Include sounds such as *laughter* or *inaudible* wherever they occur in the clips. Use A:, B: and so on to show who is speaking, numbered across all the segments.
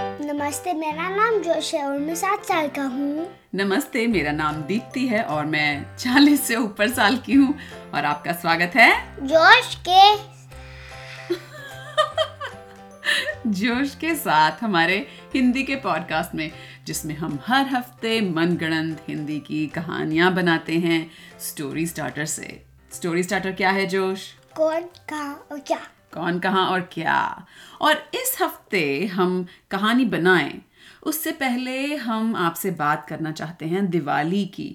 A: नमस्ते मेरा नाम जोश है और मैं सात साल का हूँ
B: नमस्ते मेरा नाम दीप्ति है और मैं 40 से ऊपर साल की हूँ और आपका स्वागत है
A: जोश के
B: जोश के साथ हमारे हिंदी के पॉडकास्ट में जिसमें हम हर हफ्ते मनगढ़ंत हिंदी की कहानियाँ बनाते हैं स्टोरी स्टार्टर से स्टोरी स्टार्टर क्या है जोश
A: कौन कहाँ और क्या
B: कौन कहाँ और क्या और इस हफ्ते हम कहानी बनाएं उससे पहले हम आपसे बात करना चाहते हैं दिवाली की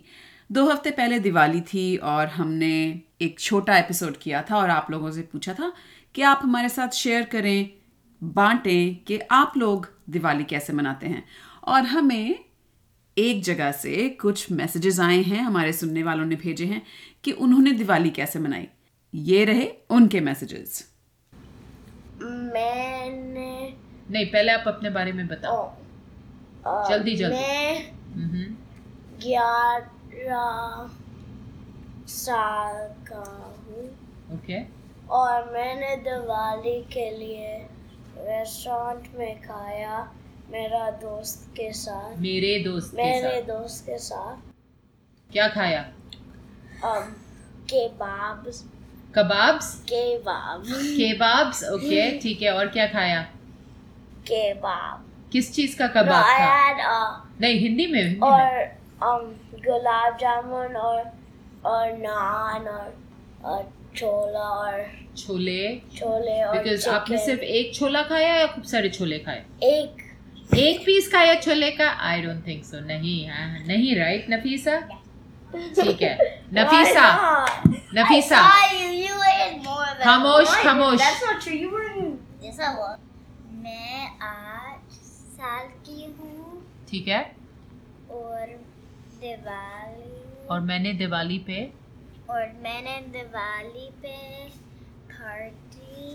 B: दो हफ्ते पहले दिवाली थी और हमने एक छोटा एपिसोड किया था और आप लोगों से पूछा था कि आप हमारे साथ शेयर करें बांटें कि आप लोग दिवाली कैसे मनाते हैं और हमें एक जगह से कुछ मैसेजेस आए हैं हमारे सुनने वालों ने भेजे हैं कि उन्होंने दिवाली कैसे मनाई ये रहे उनके मैसेजेस
A: मैंने
C: नहीं पहले आप अपने बारे में बताओ जल्दी जल्दी
A: मैं
C: मम्हम्म,
A: ग्यारह साल का हूँ
C: ओके
A: और मैंने दिवाली के लिए रेस्टोरेंट में खाया मेरा दोस्त के साथ
C: मेरे दोस्त के
A: मेरे
C: साथ
A: दोस्त के साथ
C: क्या खाया
A: um, kebab
C: kebabs
A: kebab
C: kebabs okay ठीक है और क्या खाया
A: केबाब
C: किस चीज का
A: No,
C: कबाब
A: I
C: था
A: had uh,
C: नहीं हिंदी में हिंदी में
A: or um gulab jamun or or naan or uh, chola or
C: chole
A: chole or
C: because
A: chicken.
C: आपने सिर्फ एक छोला खाया या खूब सारे छोले खाए
A: एक
C: एक पीस खाया छोले का आई डोंट थिंक सो नहीं हाँ, नहीं राइट नफीसा ठीक है Nafisa Nafisa
A: you Ah, you ate more than
C: खामोश खामोश
A: not true. You were in yes I was. मैं आठ साल की हूँ
C: ठीक है
A: और दिवाली
C: और मैंने दिवाली पे
A: और मैंने दिवाली पे पार्टी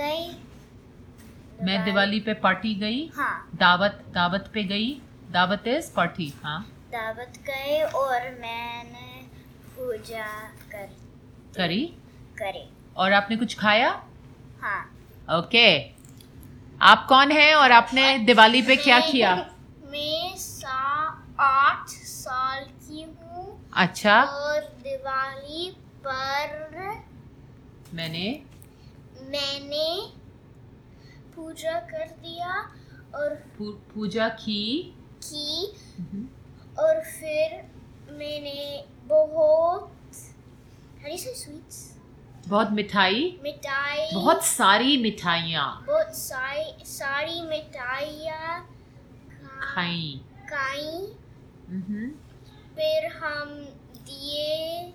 A: गई
C: मैं दिवाली पे पार्टी गई
A: हाँ
C: दावत दावत पे गई दावत इज पार्टी हाँ
A: दावत गए और मैंने पूजा कर
C: करी
A: करी
C: और आपने कुछ खाया
A: हाँ
C: ओके आप कौन हैं और आपने दिवाली पे क्या किया
A: मैं सा आठ साल की हूँ
C: अच्छा
A: और दिवाली पर
C: मैंने
A: मैंने पूजा कर दिया और
C: पू- पूजा की
A: की
C: हम्म,
A: और फिर मैंने बहुत हरी से स्वीट्स
C: बहुत मिठाई
A: मिठाई
C: बहुत सारी मिठाइयाँ
A: बहुत सारी सारी मिठाइयाँ खा-
C: खाई
A: खाई
C: हम्म,
A: फिर हम दिए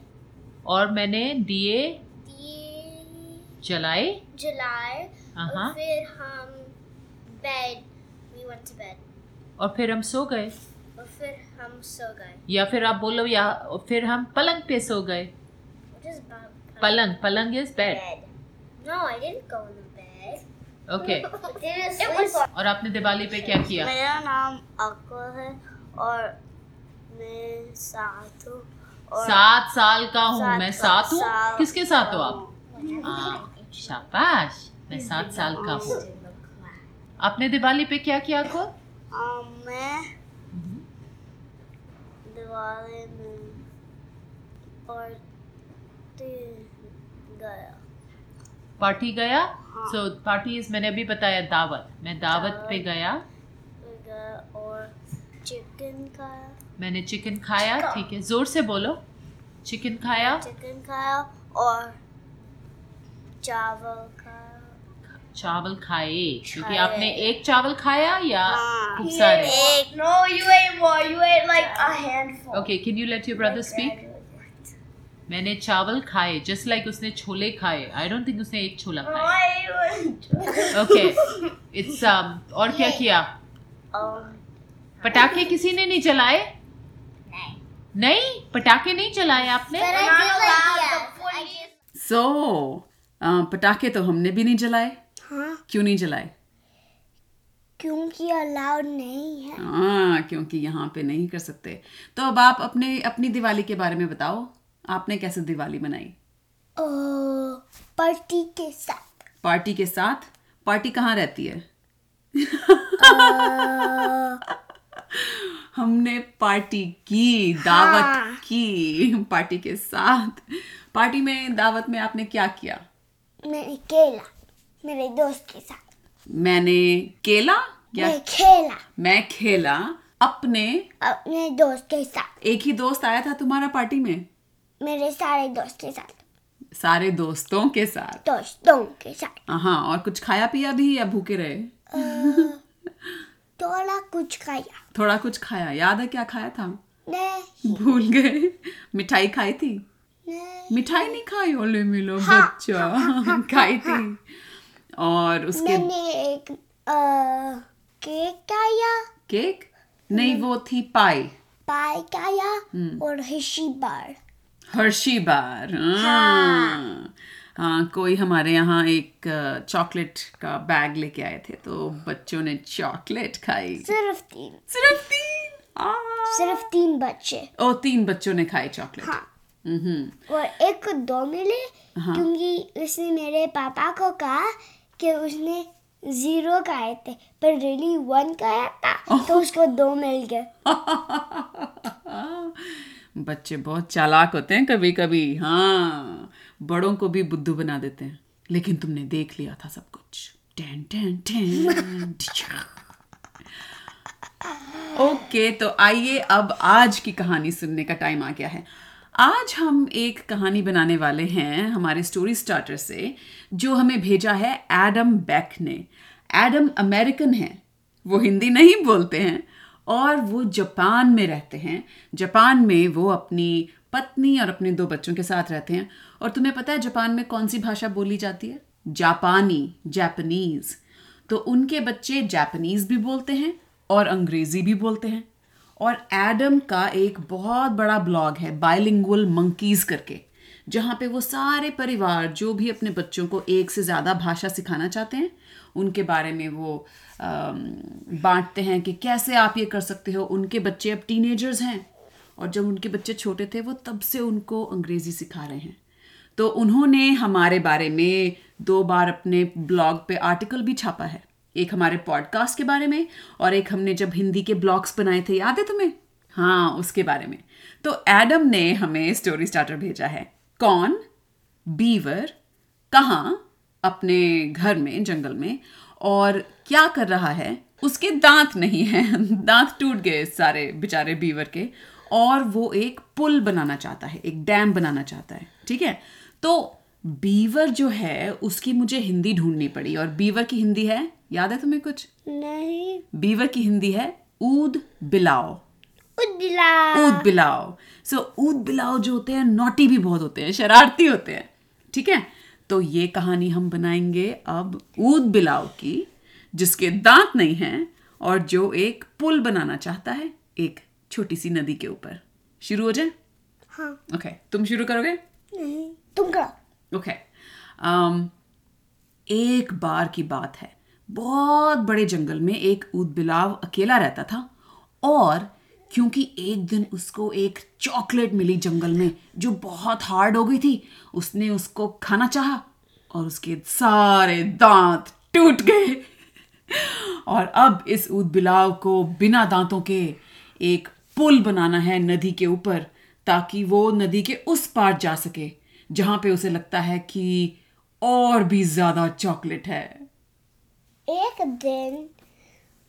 C: और मैंने दिए
A: दिए
C: जलाए
A: जलाए
C: हाँ
A: और फिर हम bed we went to bed
C: और फिर हम सो गए
A: और फिर हम सो गए
C: या फिर आप बोलो या फिर हम पलंग पे सो गए
A: What is bed?
C: पलंग पलंग is bed
A: Bed. No, I didn't go to bed.
C: Okay
A: *laughs* It was
C: और आपने दिवाली पे क्या किया
A: मेरा नाम अको है और मैं साथ हूँ और
C: सात साल का हूँ
A: सात
C: मैं
A: का-
C: सात हूँ
A: सात
C: किसके साथ हो
A: का
C: आप
A: हूँ।
C: हाँ, शाबाश मैं सात साल का हूँ आपने दिवाली पे क्या किया को
A: और Um, मैं
C: Mm-hmm.
A: दिवाली में पार्टी गया
C: पार्टी गया
A: हाँ।
C: सो पार्टी इज मैंने अभी बताया दावत मैं दावत पे
A: दावत।
C: गया
A: मैं गया और चिकन खाया
C: मैंने चिकन खाया
A: चिकन।
C: ठीक है जोर से बोलो चिकन खाया
A: चिकन खाया और चावल खाया
C: चावल खाए क्योंकि
A: खाए।
C: आपने एक चावल खाया या
A: हाँ।
C: खूब सारे
A: एक no you ate more you ate like a handful
C: okay can you let your brother speak मैंने चावल खाए जस्ट लाइक उसने छोले खाए आई डोंट थिंक उसने एक छोला
A: *laughs*
C: खाया ओके इट्स और क्या
A: ये।
C: किया पटाखे किसी ने नहीं जलाए नहीं पटाखे नहीं जलाए आपने
B: सो so, पटाखे तो हमने भी नहीं जलाए
A: हाँ
B: क्यों नहीं जलाए
A: क्योंकि अलाउड नहीं है
B: हाँ क्योंकि यहाँ पे नहीं कर सकते तो अब आप अपने अपनी दिवाली के बारे में बताओ आपने कैसे दिवाली मनाई
A: ओ पार्टी के साथ
B: पार्टी के साथ पार्टी कहाँ रहती है हमने पार्टी की दावत की पार्टी के साथ पार्टी में दावत में आपने क्या किया
A: मैंने खेला मेरे दोस्त के साथ
B: मैंने केला या
A: मैं खेला
B: मैं खेला अपने
A: अपने दोस्त के साथ
B: एक ही दोस्त आया था तुम्हारा पार्टी में
A: मेरे सारे दोस्त के साथ
B: सारे दोस्तों के साथ
A: दोस्तों के साथ
B: हाँ और कुछ खाया पिया भी या भूखे रहे
A: थोड़ा कुछ खाया
B: थोड़ा कुछ खाया याद है क्या खाया था
A: नहीं
B: भूल गए मिठाई खाई थी
A: नहीं
B: मिठाई नहीं खाई ओले मिलो बच्चा खाई थी और उसके
A: मैंने एक अ, केक खाया
B: केक नहीं वो थी पाई
A: पाई खाया और हिशी बार
B: हर्षी बार हाँ हाँ कोई हमारे यहाँ एक अ, चॉकलेट का बैग लेके आए थे तो बच्चों ने चॉकलेट खाई
A: सिर्फ तीन
B: सिर्फ तीन आ,
A: सिर्फ तीन बच्चे
B: ओ तीन बच्चों ने खाई चॉकलेट
A: हाँ।
B: हम्म
A: और एक को दो मिले क्योंकि उसने मेरे पापा को कहा कि उसने जीरो खाए थे पर रियली वन खाया था तो उसको दो मिल गए
B: हम्म। बच्चे बहुत चालाक होते हैं कभी कभी हाँ बड़ों को भी बुद्धू बना देते हैं लेकिन तुमने देख लिया था सब कुछ टेन टेन टेन ओके तो आइए अब आज की कहानी सुनने का टाइम आ गया है आज हम एक कहानी बनाने वाले हैं हमारे स्टोरी स्टार्टर से जो हमें भेजा है एडम बैक ने एडम अमेरिकन है वो हिंदी नहीं बोलते हैं और वो जापान में रहते हैं जापान में वो अपनी पत्नी और अपने दो बच्चों के साथ रहते हैं और तुम्हें पता है जापान में कौन सी भाषा बोली जाती है जापानी जापानीज तो उनके बच्चे जापानीज भी बोलते हैं और अंग्रेजी भी बोलते हैं और एडम का एक बहुत बड़ा ब्लॉग है बायलिंगुअल मंकीज करके जहाँ पे वो सारे परिवार जो भी अपने बच्चों को एक से ज़्यादा भाषा सिखाना चाहते हैं उनके बारे में वो अम, बांटते हैं कि कैसे आप ये कर सकते हो उनके बच्चे अब टीनेजर्स हैं और जब उनके बच्चे छोटे थे वो तब से उनको अंग्रेज़ी सिखा रहे हैं तो उन्होंने हमारे बारे में दो बार अपने ब्लॉग पे आर्टिकल भी छापा है एक हमारे पॉडकास्ट के बारे में और एक हमने जब हिंदी के ब्लॉग्स बनाए थे याद है तुम्हें हाँ उसके बारे में तो एडम ने हमें स्टोरी स्टार्टर भेजा है कौन बीवर कहाँ अपने घर में जंगल में और क्या कर रहा है उसके दांत नहीं हैं *laughs* दांत टूट गए सारे बेचारे बीवर के और वो एक पुल बनाना चाहता है एक डैम बनाना चाहता है ठीक है तो बीवर जो है उसकी मुझे हिंदी ढूंढनी पड़ी और बीवर की हिंदी है याद है तुम्हें कुछ
A: नहीं
B: बीवर की हिंदी है ऊद बिलाओ
A: उजला
B: ऊद बिलाओ सो ऊद बिलाओ जो होते हैं नोटी भी बहुत होते हैं शरारती होते हैं ठीक है तो ये कहानी हम बनाएंगे अब ऊद बिलाओ की जिसके दांत नहीं हैं और जो एक पुल बनाना चाहता है एक छोटी सी नदी के ऊपर शुरू हो जाए
A: हाँ
B: ओके तुम शुरू करोगे
A: नहीं तुम करो
B: ओके अम, Um, एक बार की बात है बहुत बड़े जंगल में एक ऊदबिलाव अकेला रहता था और क्योंकि एक दिन उसको एक चॉकलेट मिली जंगल में जो बहुत हार्ड हो गई थी उसने उसको खाना चाहा और उसके सारे दांत टूट गए और अब इस ऊदबिलाव को बिना दांतों के एक पुल बनाना है नदी के ऊपर ताकि वो नदी के उस पार जा सके जहां पे उसे लगता है कि और भी ज्यादा चॉकलेट है
A: एक दिन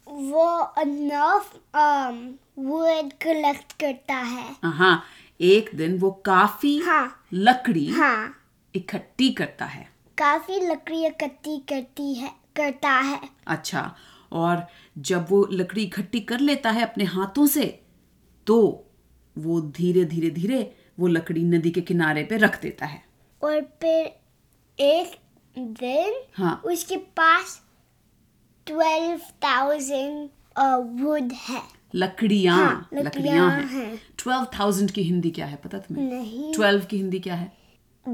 A: वो अनफ um, वुड कलेक्ट करता है
B: हाँ एक दिन वो काफी
A: हाँ।
B: लकड़ी
A: हाँ
B: इकट्ठी करता है
A: काफी लकड़ी इकट्ठी करती है करता है
B: अच्छा और जब वो लकड़ी इकट्ठी कर लेता है अपने हाथों से तो वो धीरे धीरे धीरे वो लकड़ी नदी के किनारे पे रख देता है
A: और फिर एक दिन
B: हाँ।
A: उसके पास ट्वेल्व थाउजेंड वुड uh, है
B: लकड़ियां
A: हाँ, लकड़ियां
B: लकड़ियां हैं
A: हैं।
B: ट्वेल्व थाउजेंड की हिंदी क्या है पता तुम्हें
A: नहीं
B: ट्वेल्व की हिंदी क्या है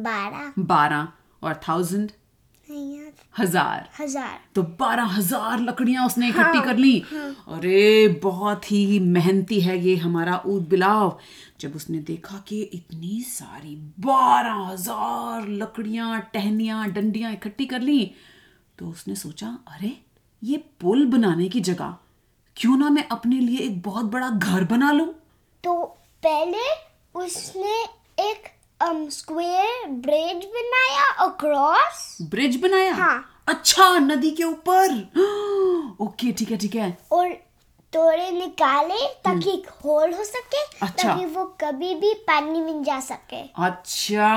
A: बारह
B: बारह और थाउजेंड
A: नहीं याद
B: हजार
A: हजार
B: तो बारह हजार लकड़ियां उसने इकट्ठी
A: हाँ,
B: कर ली अरे बहुत ही मेहनती है ये हमारा ऊद बिलाव जब उसने देखा कि इतनी सारी बारह हजार लकड़ियां टहनियां डंडियां इकट्ठी कर ली तो उसने सोचा अरे ये पुल बनाने की जगह क्यों ना मैं अपने लिए एक बहुत बड़ा घर बना लूं
A: तो पहले उसने एक स्क्वायर ब्रिज बनाया और क्रॉस
B: ब्रिज बनाया
A: हाँ।
B: अच्छा नदी के ऊपर *gasps* ओके ठीक है ठीक है
A: और तोड़े निकाले ताकि एक होल हो सके
B: अच्छा।
A: ताकि वो कभी भी पानी में जा सके
B: अच्छा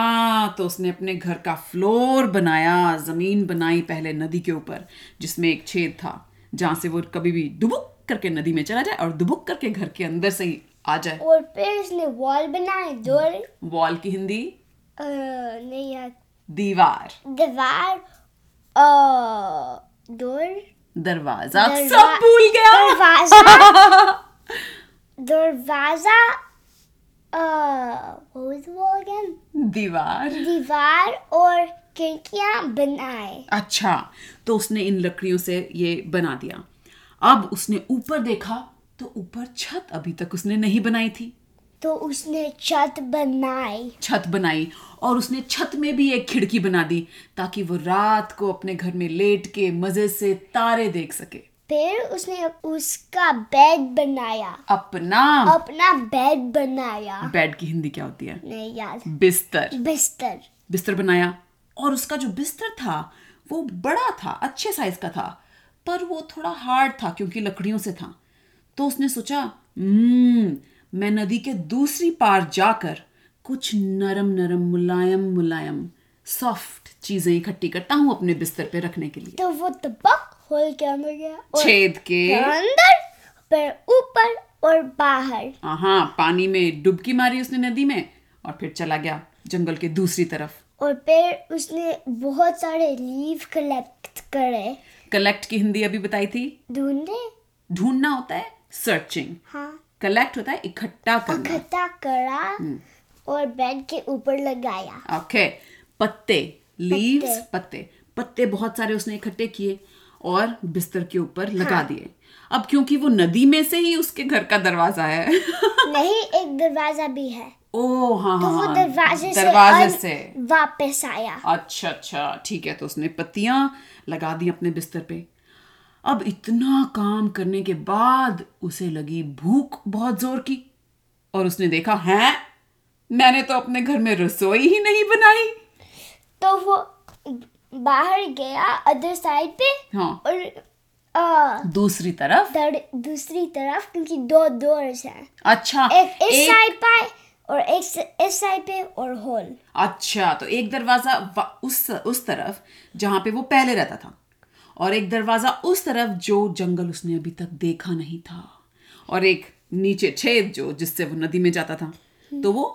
B: तो उसने अपने घर का फ्लोर बनाया जमीन बनाई पहले नदी के ऊपर जिसमें एक छेद था जहां से वो कभी भी दुबुक करके नदी में चला जाए और दुबुक करके घर के अंदर से ही आ जाए
A: और फिर उसने वॉल बनाई दौड़
B: वॉल की हिंदी
A: नहीं यार
B: दीवार
A: दीवार अ, दौड़
B: दरवाजा
A: दरवा-
B: सब भूल गया
A: दरवाजा दरवाजा वो अगेन
B: *laughs* दीवार
A: दीवार और खिड़कियां बनाए
B: अच्छा तो उसने इन लकड़ियों से ये बना दिया अब उसने ऊपर देखा तो ऊपर छत अभी तक उसने नहीं बनाई थी
A: तो उसने छत बनाई
B: छत बनाई और उसने छत में भी एक खिड़की बना दी ताकि वो रात को अपने घर में लेट के मजे से तारे देख सके
A: फिर उसने उसका बेड बनाया
B: अपना
A: अपना बेड बनाया
B: बेड की हिंदी क्या होती है
A: नहीं यार
B: बिस्तर
A: बिस्तर
B: बिस्तर बनाया और उसका जो बिस्तर था वो बड़ा था अच्छे साइज का था पर वो थोड़ा हार्ड था क्योंकि लकड़ियों से था तो उसने सोचा "हम्म, मैं नदी के दूसरी पार जाकर कुछ नरम नरम मुलायम मुलायम सॉफ्ट चीजें इकट्ठी करता हूँ अपने बिस्तर पे रखने के लिए
A: तो वो तबक होल के अंदर गया और
B: छेद के
A: अंदर पर ऊपर और बाहर
B: हाँ पानी में डुबकी मारी उसने नदी में और फिर चला गया जंगल के दूसरी तरफ
A: और फिर उसने बहुत सारे लीव कलेक्ट करे
B: कलेक्ट की हिंदी अभी बताई थी
A: ढूंढे
B: ढूंढना होता है सर्चिंग
A: हाँ
B: कलेक्ट होता है इकट्ठा करना
A: इकट्ठा करा
B: हम्म।
A: और बेड के ऊपर लगाया
B: ओके पत्ते लीव्स पत्ते पत्ते बहुत सारे उसने इकट्ठे किए और बिस्तर के ऊपर लगा
A: हाँ।
B: दिए अब क्योंकि वो नदी में से ही उसके घर का दरवाजा है *laughs*
A: नहीं एक दरवाजा भी है
B: ओ हाँ
A: तो वो
B: हाँ
A: दरवाजे से
B: दरवाजे
A: अन-
B: से
A: वापस आया
B: अच्छा अच्छा ठीक है तो उसने पत्तियां लगा दी अपने बिस्तर पे अब इतना काम करने के बाद उसे लगी भूख बहुत जोर की और उसने देखा हैं मैंने तो अपने घर में रसोई ही नहीं बनाई
A: तो वो बाहर गया अदर साइड पे
B: हाँ
A: और अ,
B: दूसरी तरफ
A: दर- दूसरी तरफ क्योंकि दो डोर्स हैं
B: अच्छा
A: एक इस
B: एक
A: साइड पे और एक स- इस साइड पे और हॉल
B: अच्छा तो एक दरवाजा वा- उस उस तरफ जहां पे वो पहले रहता था और एक दरवाजा उस तरफ जो जंगल उसने अभी तक देखा नहीं था और एक नीचे छेद जो जिससे वो नदी में जाता था तो वो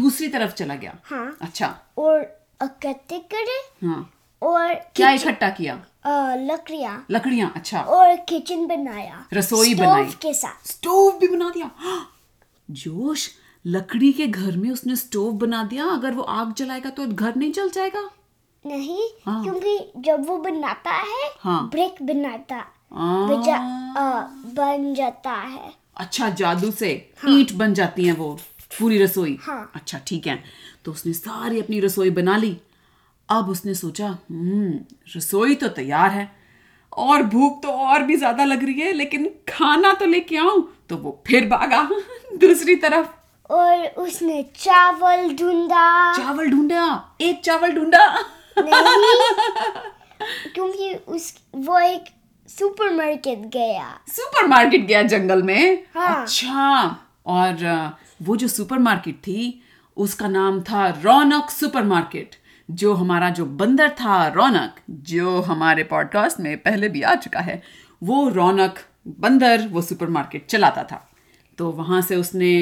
B: दूसरी तरफ चला गया
A: हाँ।
B: अच्छा
A: और इकट्ठे करे
B: हाँ
A: और
B: क्या इकट्ठा किया
A: अ, लकड़ियाँ
B: लकड़ियाँ अच्छा
A: और किचन बनाया
B: रसोई
A: स्टोव
B: बनाई।
A: के साथ
B: स्टोव भी बना दिया हाँ! जोश लकड़ी के घर में उसने स्टोव बना दिया अगर वो आग जलाएगा तो घर नहीं जल जाएगा
A: नहीं
B: हाँ।
A: क्योंकि जब वो बनाता है
B: हाँ।
A: ब्रिक बनाता
B: आ,
A: बजा, अ, बन जाता है
B: अच्छा जादू से ईंट बन जाती है वो पूरी रसोई
A: हाँ।
B: अच्छा ठीक है तो उसने सारी अपनी रसोई बना ली अब उसने सोचा हम्म रसोई तो तैयार है और भूख तो और भी ज्यादा लग रही है लेकिन खाना तो लेके आऊं तो वो फिर भागा *laughs* दूसरी तरफ
A: और उसने चावल ढूंढा
B: चावल ढूंढा एक चावल ढूंढा *laughs*
A: नहीं क्योंकि उस वो एक सुपरमार्केट गया
B: सुपरमार्केट गया जंगल में
A: हाँ।
B: अच्छा और अ, वो जो सुपरमार्केट थी उसका नाम था रौनक सुपरमार्केट जो हमारा जो बंदर था रौनक जो हमारे पॉडकास्ट में पहले भी आ चुका है वो रौनक बंदर वो सुपरमार्केट चलाता था तो वहां से उसने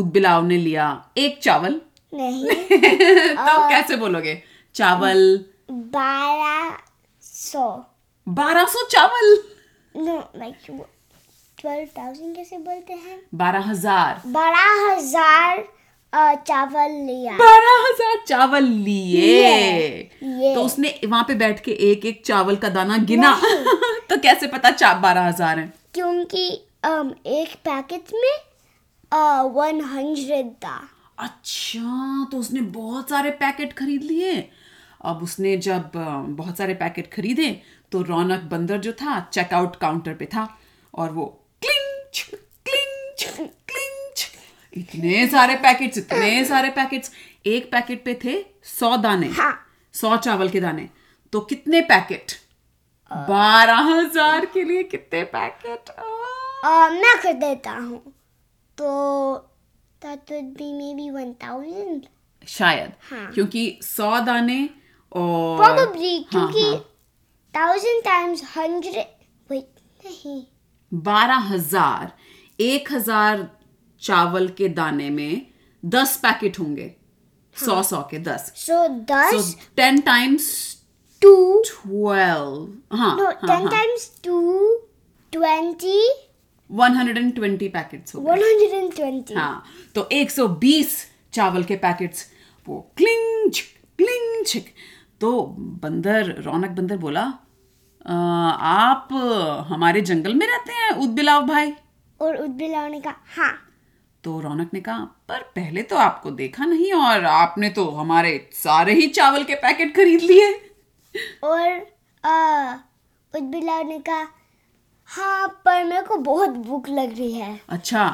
B: ऊद बिलाव ने लिया एक चावल *laughs*
A: नहीं
B: तो कैसे बोलोगे चावल
A: बारह सौ
B: बारह सौ चावल
A: नो लाइक ट्वेल्व थाउजेंड कैसे बोलते हैं
B: बारह हजार
A: बारह हजार अ, चावल लिया
B: बारह हजार चावल लिए
A: लिए।
B: तो उसने वहां पे बैठ के एक एक चावल का दाना गिना *laughs* तो कैसे पता चा बारह हजार है
A: क्योंकि um, एक पैकेट में वन हंड्रेड था
B: अच्छा तो उसने बहुत सारे पैकेट खरीद लिए अब उसने जब अ, बहुत सारे पैकेट खरीदे तो रौनक बंदर जो था चेकआउट काउंटर पे था और वो क्लिंच क्लिंच क्लिंच इतने सारे पैकेट्स इतने सारे पैकेट्स एक पैकेट पे थे सौ दाने
A: हाँ।
B: सौ चावल के दाने तो कितने पैकेट बारह हजार के लिए कितने पैकेट आह।
A: और मैं कर देता हूँ तो that would be maybe 1000
B: शायद
A: हाँ।
B: क्योंकि सौ दाने और
A: probably
B: हाँ,
A: क्योंकि
B: हाँ,
A: 1000 times 100 wait नहीं
B: बारह हजार एक हजार चावल के दाने में दस पैकेट होंगे
A: हाँ।
B: सौ सौ के दस
A: so 10
B: so ten times
A: 2
B: twelve हाँ
A: no 10 times 2 20
B: one hundred and twenty packet हो गए
A: 120
B: हाँ तो 120 चावल के पैकेट्स वो क्लिंग छिक, क्लिंग छिक। तो बंदर रौनक बंदर बोला "अ, आप हमारे जंगल में रहते हैं उदबिलाव भाई
A: और उदबिलाव ने कहा हाँ
B: तो रौनक ने कहा पर पहले तो आपको देखा नहीं और आपने तो हमारे सारे ही चावल के पैकेट खरीद लिए
A: और आ, उदबिलाव ने कहा हाँ पर मेरे को बहुत भूख लग रही है
B: अच्छा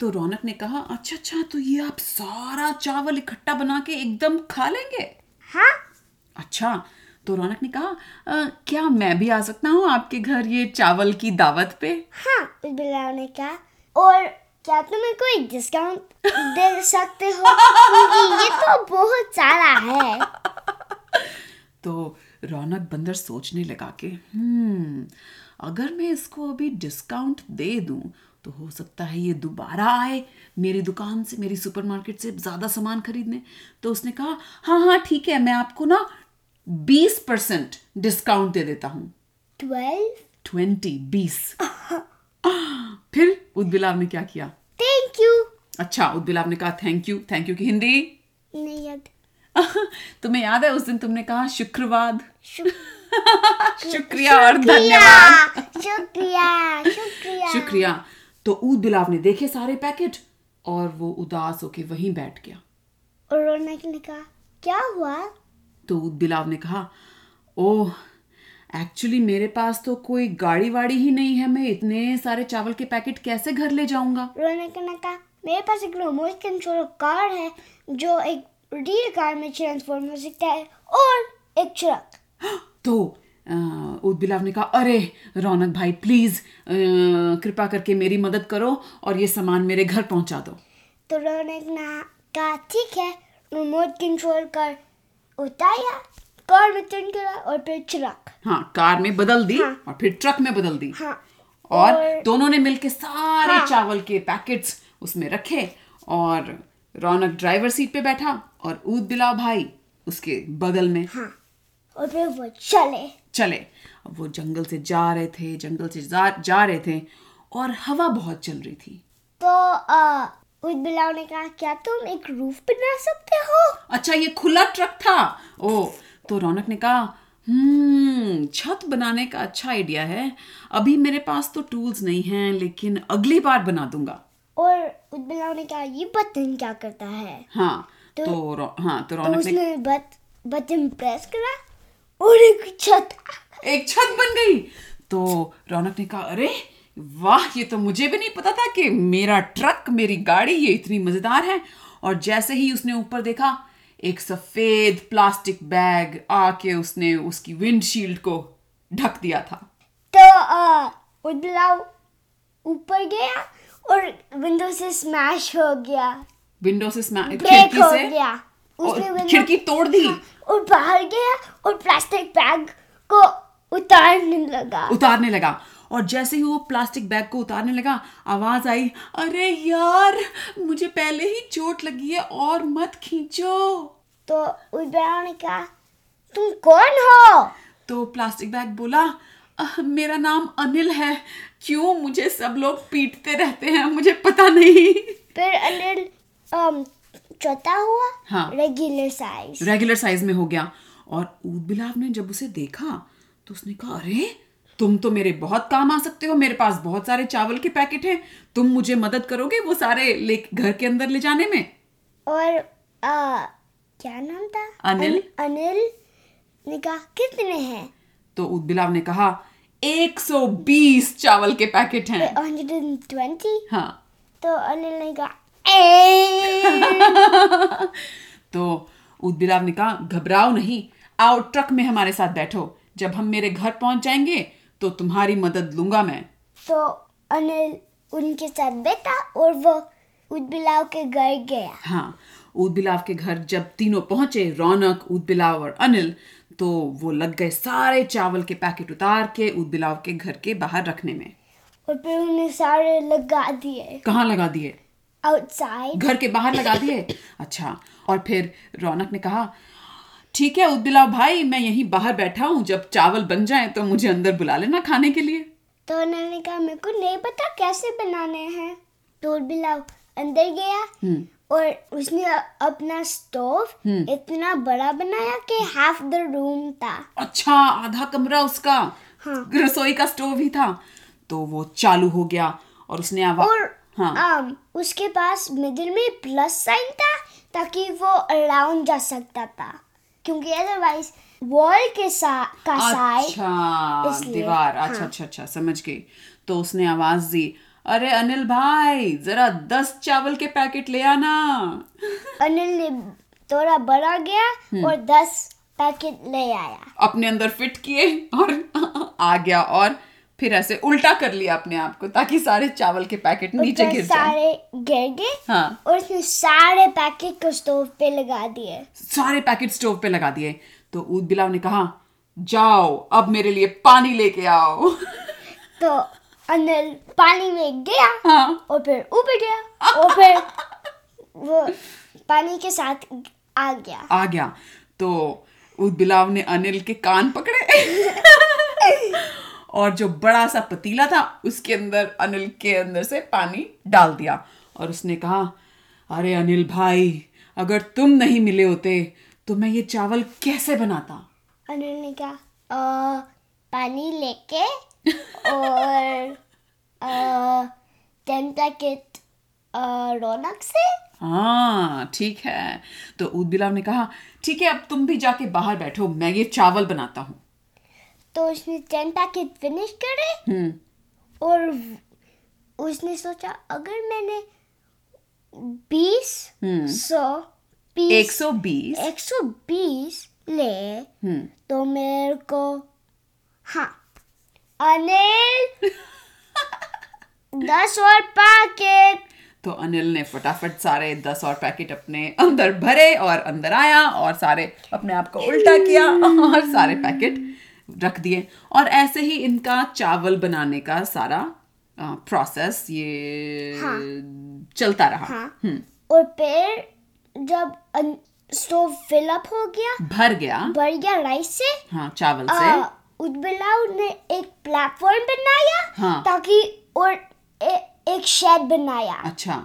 B: तो रौनक ने कहा अच्छा अच्छा तो ये आप सारा चावल इकट्ठा बना के एकदम खा लेंगे
A: हाँ
B: अच्छा तो रौनक ने कहा "अ, क्या मैं भी आ सकता हूँ आपके घर ये चावल की दावत पे
A: हाँ उदबिलाव ने कहा और क्या तुम मेरे को एक डिस्काउंट दे सकते हो क्योंकि ये तो बहुत सारा है
B: तो रौनक बंदर सोचने लगा कि "हम्म, अगर मैं इसको अभी डिस्काउंट दे दूं तो हो सकता है ये दोबारा आए मेरी दुकान से मेरी सुपरमार्केट से ज़्यादा सामान खरीदने तो उसने कहा हाँ हाँ ठीक है मैं आपको ना बीस परसेंट डिस्काउंट दे देता हूँ
A: ट्वेल्व
B: ट्वेंटी बीस फिर उदबिलाव ने क्या किया
A: थैंक यू
B: अच्छा उदबिलाव ने कहा थैंक यू थैंक यू की हिंदी *laughs*
A: नहीं याद
B: तुम्हें याद है उस दिन तुमने कहा शुक्रवाद
A: शुक-
B: शुक्रिया और धन्यवाद
A: शुक्रिया शुक्रिया शुक्रिया
B: शुक्रिया तो उदबिलाव ने देखे सारे पैकेट और वो उदास होके वहीं बैठ गया
A: और रौनक ने कहा क्या हुआ
B: तो उदबिलाव ने कहा ओह एक्चुअली मेरे पास तो कोई गाड़ी वाड़ी ही नहीं है मैं इतने सारे चावल के पैकेट कैसे घर ले जाऊंगा *gasps*
A: रोने का कहा मेरे पास एक रिमोट कंट्रोल कार है जो एक रियल कार में ट्रांसफॉर्म हो सकता है और एक ट्रक
B: तो अ, उदबिलाव ने कहा अरे रौनक भाई प्लीज कृपा करके मेरी मदद करो और ये सामान मेरे घर पहुंचा दो
A: तो रोने ने कहा ठीक है रिमोट कंट्रोल कार उतारा कार में टर्न करा और फिर ट्रक
B: हाँ कार में बदल दी
A: हाँ।
B: और फिर ट्रक में बदल दी
A: हाँ
B: और
A: और-
B: दोनों ने मिलके सारे
A: हाँ।
B: चावल के पैकेट्स उसमें रखे और रौनक ड्राइवर सीट पे बैठा और ऊद बिलाव भाई उसके बगल में
A: हाँ और फिर वो चले
B: चले अब वो जंगल से जा रहे थे जंगल से जा, जा रहे थे और हवा बहुत चल रही थी
A: तो अ, उस बिलाव ने कहा क्या तुम एक रूफ बना सकते हो
B: अच्छा ये खुला ट्रक था ओ तो रौनक ने कहा हम्म छत बनाने का अच्छा आइडिया है अभी मेरे पास तो टूल्स नहीं हैं लेकिन अगली बार बना दूंगा
A: और उस बिलाव ने कहा ये बटन क्या करता है
B: हाँ तो,
A: तो-
B: रौ, हाँ तो
A: तो
B: रौनक ने
A: उसने बट बटन प्रेस करा और एक छत
B: एक छत बन गई तो रौनक ने कहा अरे वाह ये तो मुझे भी नहीं पता था कि मेरा ट्रक मेरी गाड़ी ये इतनी मजेदार है और जैसे ही उसने ऊपर देखा एक सफेद प्लास्टिक बैग आके उसने उसकी विंडशील्ड को ढक दिया था
A: तो अ, उदलाव ऊपर गया और विंडो से स्मैश हो गया
B: विंडो से स्मैश
A: ब्रेक
B: खिड़की
A: हो
B: से
A: गया उसने
B: और
A: window-
B: खिड़की तोड़ दी
A: और बाहर गया और प्लास्टिक बैग को उतारने लगा
B: उतारने लगा और जैसे ही वो प्लास्टिक बैग को उतारने लगा आवाज आई अरे यार मुझे पहले ही चोट लगी है और मत खींचो
A: तो उदलाव ने कहा तुम कौन हो
B: तो प्लास्टिक बैग बोला "अह, मेरा नाम अनिल है क्यों मुझे सब लोग पीटते रहते हैं मुझे पता नहीं
A: फिर अनिल अम, चौथा हुआ
B: हाँ।
A: रेगुलर साइज
B: रेगुलर साइज में हो गया और ऊदबिलाव ने जब उसे देखा तो उसने कहा अरे तुम तो मेरे बहुत काम आ सकते हो मेरे पास बहुत सारे चावल के पैकेट हैं तुम मुझे मदद करोगे वो सारे ले घर के अंदर ले जाने में
A: और अ, क्या नाम था
B: अनिल।
A: अन- अनिल उसने कहा कितने हैं
B: तो उदबिलाव ने कहा 120 चावल के पैकेट हैं
A: 120
B: हाँ
A: तो अनिल ने कहा "ए!"
B: तो उदबिलाव ने कहा घबराओ नहीं आओ ट्रक में हमारे साथ बैठो जब हम मेरे घर पहुंच जाएंगे तो तुम्हारी मदद लूंगा मैं
A: तो अनिल उनके साथ बैठा और वो उदबिलाव के घर गया
B: हाँ उदबिलाव के घर जब तीनों पहुंचे रौनक उदबिलाव और अनिल तो वो लग गए सारे चावल के पैकेट उतार के उदबिलाव के घर के बाहर रखने में
A: और फिर उन्हें सारे लगा दिए
B: कहाँ लगा दिए
A: आउटसाइड
B: घर के बाहर लगा दिए अच्छा और फिर रौनक ने कहा ठीक है उदबिलाव भाई मैं यहीं बाहर बैठा हूँ जब चावल बन जाए तो मुझे अंदर बुला लेना खाने के लिए
A: तो अनिल ने कहा मेरे को नहीं पता कैसे बनाने हैं तो उदबिलाव अंदर गया
B: हम्म।
A: और उसने अपना स्टोव इतना बड़ा बनाया कि हाफ द रूम था
B: अच्छा आधा कमरा उसका
A: हाँ।
B: रसोई का स्टोव ही था तो वो चालू हो गया और उसने
A: और
B: आवाज हाँ
A: um, उसके पास मिडिल में प्लस साइन था ताकि वो अराउंड जा सकता था क्योंकि अदरवाइज वॉल के साथ का साइड
B: अच्छा
A: इसलिए, हाँ।
B: दीवार अच्छा अच्छा अच्छा समझ गई तो उसने आवाज दी अरे अनिल भाई जरा दस चावल के पैकेट ले आना
A: अनिल ने थोड़ा बड़ा गया
B: हम्म।
A: और दस पैकेट ले आया
B: अपने अंदर फिट किए और *laughs* आ गया और फिर ऐसे उल्टा कर लिया अपने आप को ताकि सारे चावल के पैकेट नीचे
A: ऊपर
B: गिर जाए
A: सारे गिर गए
B: हाँ।
A: और उसने सारे पैकेट को स्टोव पे लगा दिए
B: सारे पैकेट स्टोव पे लगा दिए तो ऊद बिलाव ने कहा जाओ अब मेरे लिए पानी लेके आओ *laughs*
A: तो अनिल पानी में गया
B: हाँ
A: और फिर ऊपर गया और फिर वो पानी के साथ आ गया
B: आ गया तो उद बिलाव ने अनिल के कान पकड़े और जो बड़ा सा पतीला था उसके अंदर अनिल के अंदर से पानी डाल दिया और उसने कहा अरे अनिल भाई अगर तुम नहीं मिले होते तो मैं ये चावल कैसे बनाता
A: अनिल ने कहा "अ, पानी लेके और टेन पैकेट रौनक से
B: हाँ ठीक है तो उद बिलाव ने कहा ठीक है अब तुम भी जाके बाहर बैठो मैं ये चावल बनाता हूँ
A: तो उसने टेन पैकेट फिनिश करे
B: हम्म
A: और उसने सोचा अगर मैंने बीस सौ
B: हम्म। एक
A: बीस
B: सौ बीस हम्म।
A: एक सौ बीस ले तो मेरे को हाँ
B: *laughs*
A: अनिल दस और पैकेट
B: तो अनिल ने फटाफट सारे दस और पैकेट अपने अंदर भरे और अंदर आया और सारे अपने आप को उल्टा किया और सारे पैकेट रख दिए और ऐसे ही इनका चावल बनाने का सारा प्रोसेस ये
A: हाँ।
B: चलता रहा
A: हाँ
B: हम्म।
A: और फिर जब अन- स्टोव फिल अप हो गया
B: भर गया
A: भर गया राइस से
B: हाँ चावल
A: आ,
B: से
A: उदबिलाव ने एक प्लेटफॉर्म बनाया
B: हाँ।
A: ताकि और ए, एक शेड बनाया
B: अच्छा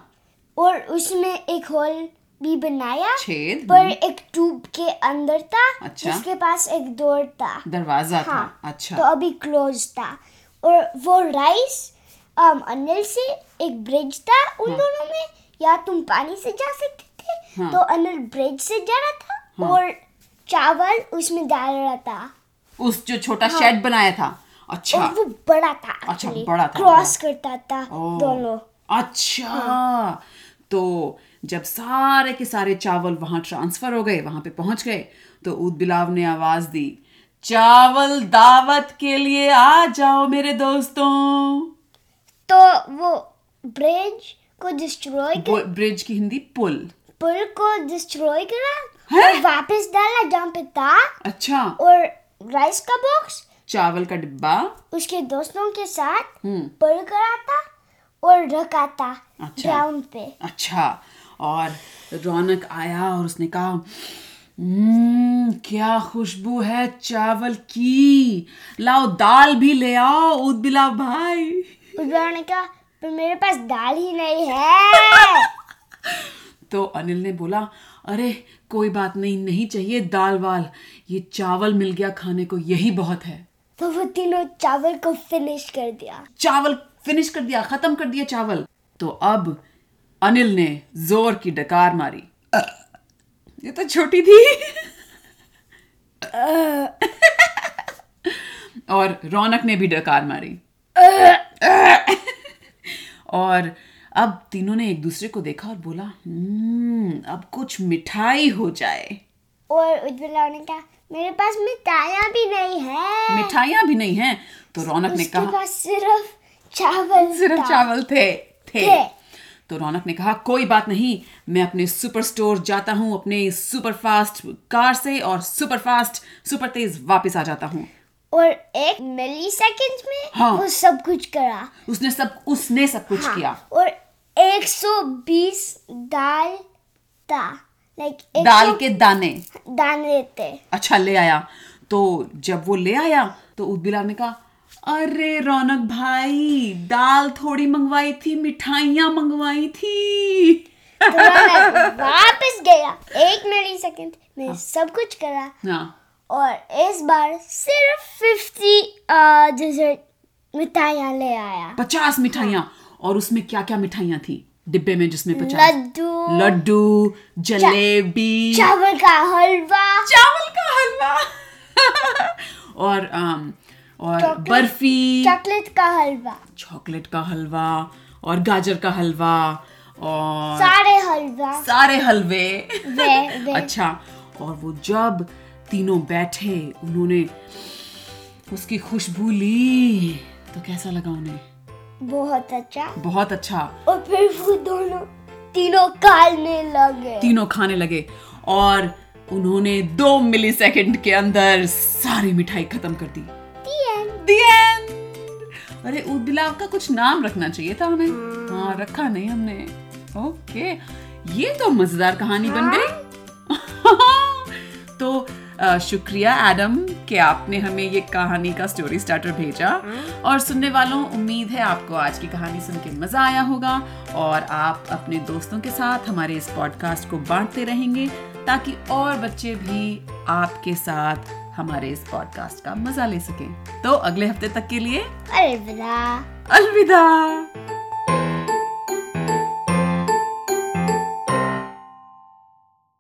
A: और उसमें एक होल भी बनाया
B: छेद
A: पर एक ट्यूब के अंदर था
B: अच्छा।
A: जिसके पास एक डोर था
B: दरवाजा
A: हाँ
B: था अच्छा
A: तो अभी क्लोज था और वो राइस अम, अनिल से एक ब्रिज था उन दोनों में या तुम पानी से जा सकते थे
B: हाँ।
A: तो अनिल ब्रिज से जा रहा था और चावल उसमें डाल रहा था तो
B: उस जो छोटा
A: हाँ।
B: शेड बनाया था अच्छा
A: और वो बड़ा था
B: अच्छा,
A: actually,
B: बड़ा था,
A: क्रॉस करता था
B: ओ,
A: दोनों
B: अच्छा तो जब सारे के सारे चावल वहां ट्रांसफर हो गए वहां पे पहुंच गए तो उद बिलाव ने आवाज दी चावल दावत के लिए आ जाओ मेरे दोस्तों
A: तो वो ब्रिज को डिस्ट्रॉय कर
B: वो ब्रिज की हिंदी पुल
A: पुल को डिस्ट्रॉय करा
B: हैं?
A: और वापस डाला जहाँ पे था
B: अच्छा
A: और राइस का बॉक्स
B: चावल का डिब्बा
A: उसके दोस्तों के साथ
B: हम्म।
A: पढ़ करा था और रखा था
B: अच्छा।
A: ग्राउंड पे
B: अच्छा और रौनक आया और उसने कहा "हम्म, क्या खुशबू है चावल की लाओ दाल भी ले आओ उद बिलाव भाई
A: उज्ज्वला ने कहा पर मेरे पास दाल ही नहीं
B: *laughs*
A: है
B: तो अनिल ने बोला अरे कोई बात नहीं नहीं चाहिए दाल वाल ये चावल मिल गया खाने को यही बहुत है
A: तो वो तीनों चावल को फिनिश कर दिया
B: चावल फिनिश कर दिया खत्म कर दिया चावल तो अब अनिल ने *laughs* जोर की डकार मारी ये तो छोटी थी *laughs* और रौनक ने भी डकार मारी *laughs* और अब तीनों ने एक दूसरे को देखा और बोला "हम्म, अब कुछ मिठाई हो जाए
A: और उज्ज्वला ने कहा मेरे पास मिठाइयाँ भी नहीं है
B: मिठाइयाँ भी नहीं हैं तो रौनक ने
A: उसके
B: कहा
A: पास सिर्फ चावल
B: सिर्फ
A: था।
B: चावल थे थे
A: थे।
B: तो रौनक ने कहा कोई बात नहीं मैं अपने सुपर स्टोर जाता हूँ अपने सुपर फास्ट कार से और सुपर फास्ट सुपर तेज वापस आ जाता हूँ
A: और एक मिली में
B: हाँ।
A: वो सब कुछ करा
B: उसने सब उसने सब कुछ
A: हाँ,
B: किया
A: और 120 दाल था लाइक तो-
B: दाल के दाने
A: दाने थे
B: अच्छा ले आया तो जब वो ले आया तो उदबिला ने कहा अरे रौनक भाई दाल थोड़ी मंगवाई थी मिठाइयाँ मंगवाई थी
A: तो
B: *laughs*
A: मैं वापस गया एक मिली में सब कुछ करा
B: हाँ
A: और इस बार सिर्फ 50 जैसे मिठाइयाँ ले आया
B: पचास मिठाइयाँ और उसमें क्या क्या मिठाइयाँ थी डिब्बे में जिसमें पचास
A: लड्डू
B: लड्डू जलेबी
A: चावल का हलवा
B: चावल का हलवा *laughs* और अम, और
A: चॉकलेट-
B: बर्फी
A: चॉकलेट का हलवा
B: चॉकलेट का हलवा और गाजर का हलवा और
A: सारे हलवा
B: सारे हलवे
A: वे वे
B: अच्छा और वो जब तीनों बैठे उन्होंने उसकी खुशबू ली तो कैसा लगा उन्हें
A: बहुत अच्छा
B: बहुत अच्छा
A: और फिर वो दोनों तीनों कालने लगे
B: तीनों खाने लगे और उन्होंने दो मिलीसेकंड के अंदर सारी मिठाई खत्म कर दी The end. अरे उदबिलाव का कुछ नाम रखना चाहिए था हमें हाँ रखा नहीं हमने ओके ये तो मजेदार कहानी बन *laughs* गई तो अ, शुक्रिया एडम कि आपने हमें ये कहानी का स्टोरी स्टार्टर भेजा और सुनने वालों उम्मीद है आपको आज की कहानी सुन के मज़ा आया होगा और आप अपने दोस्तों के साथ हमारे इस पॉडकास्ट को बांटते रहेंगे ताकि और बच्चे भी आपके साथ हमारे इस पॉडकास्ट का मज़ा ले सकें तो अगले हफ्ते तक के लिए
A: अलविदा
B: अलविदा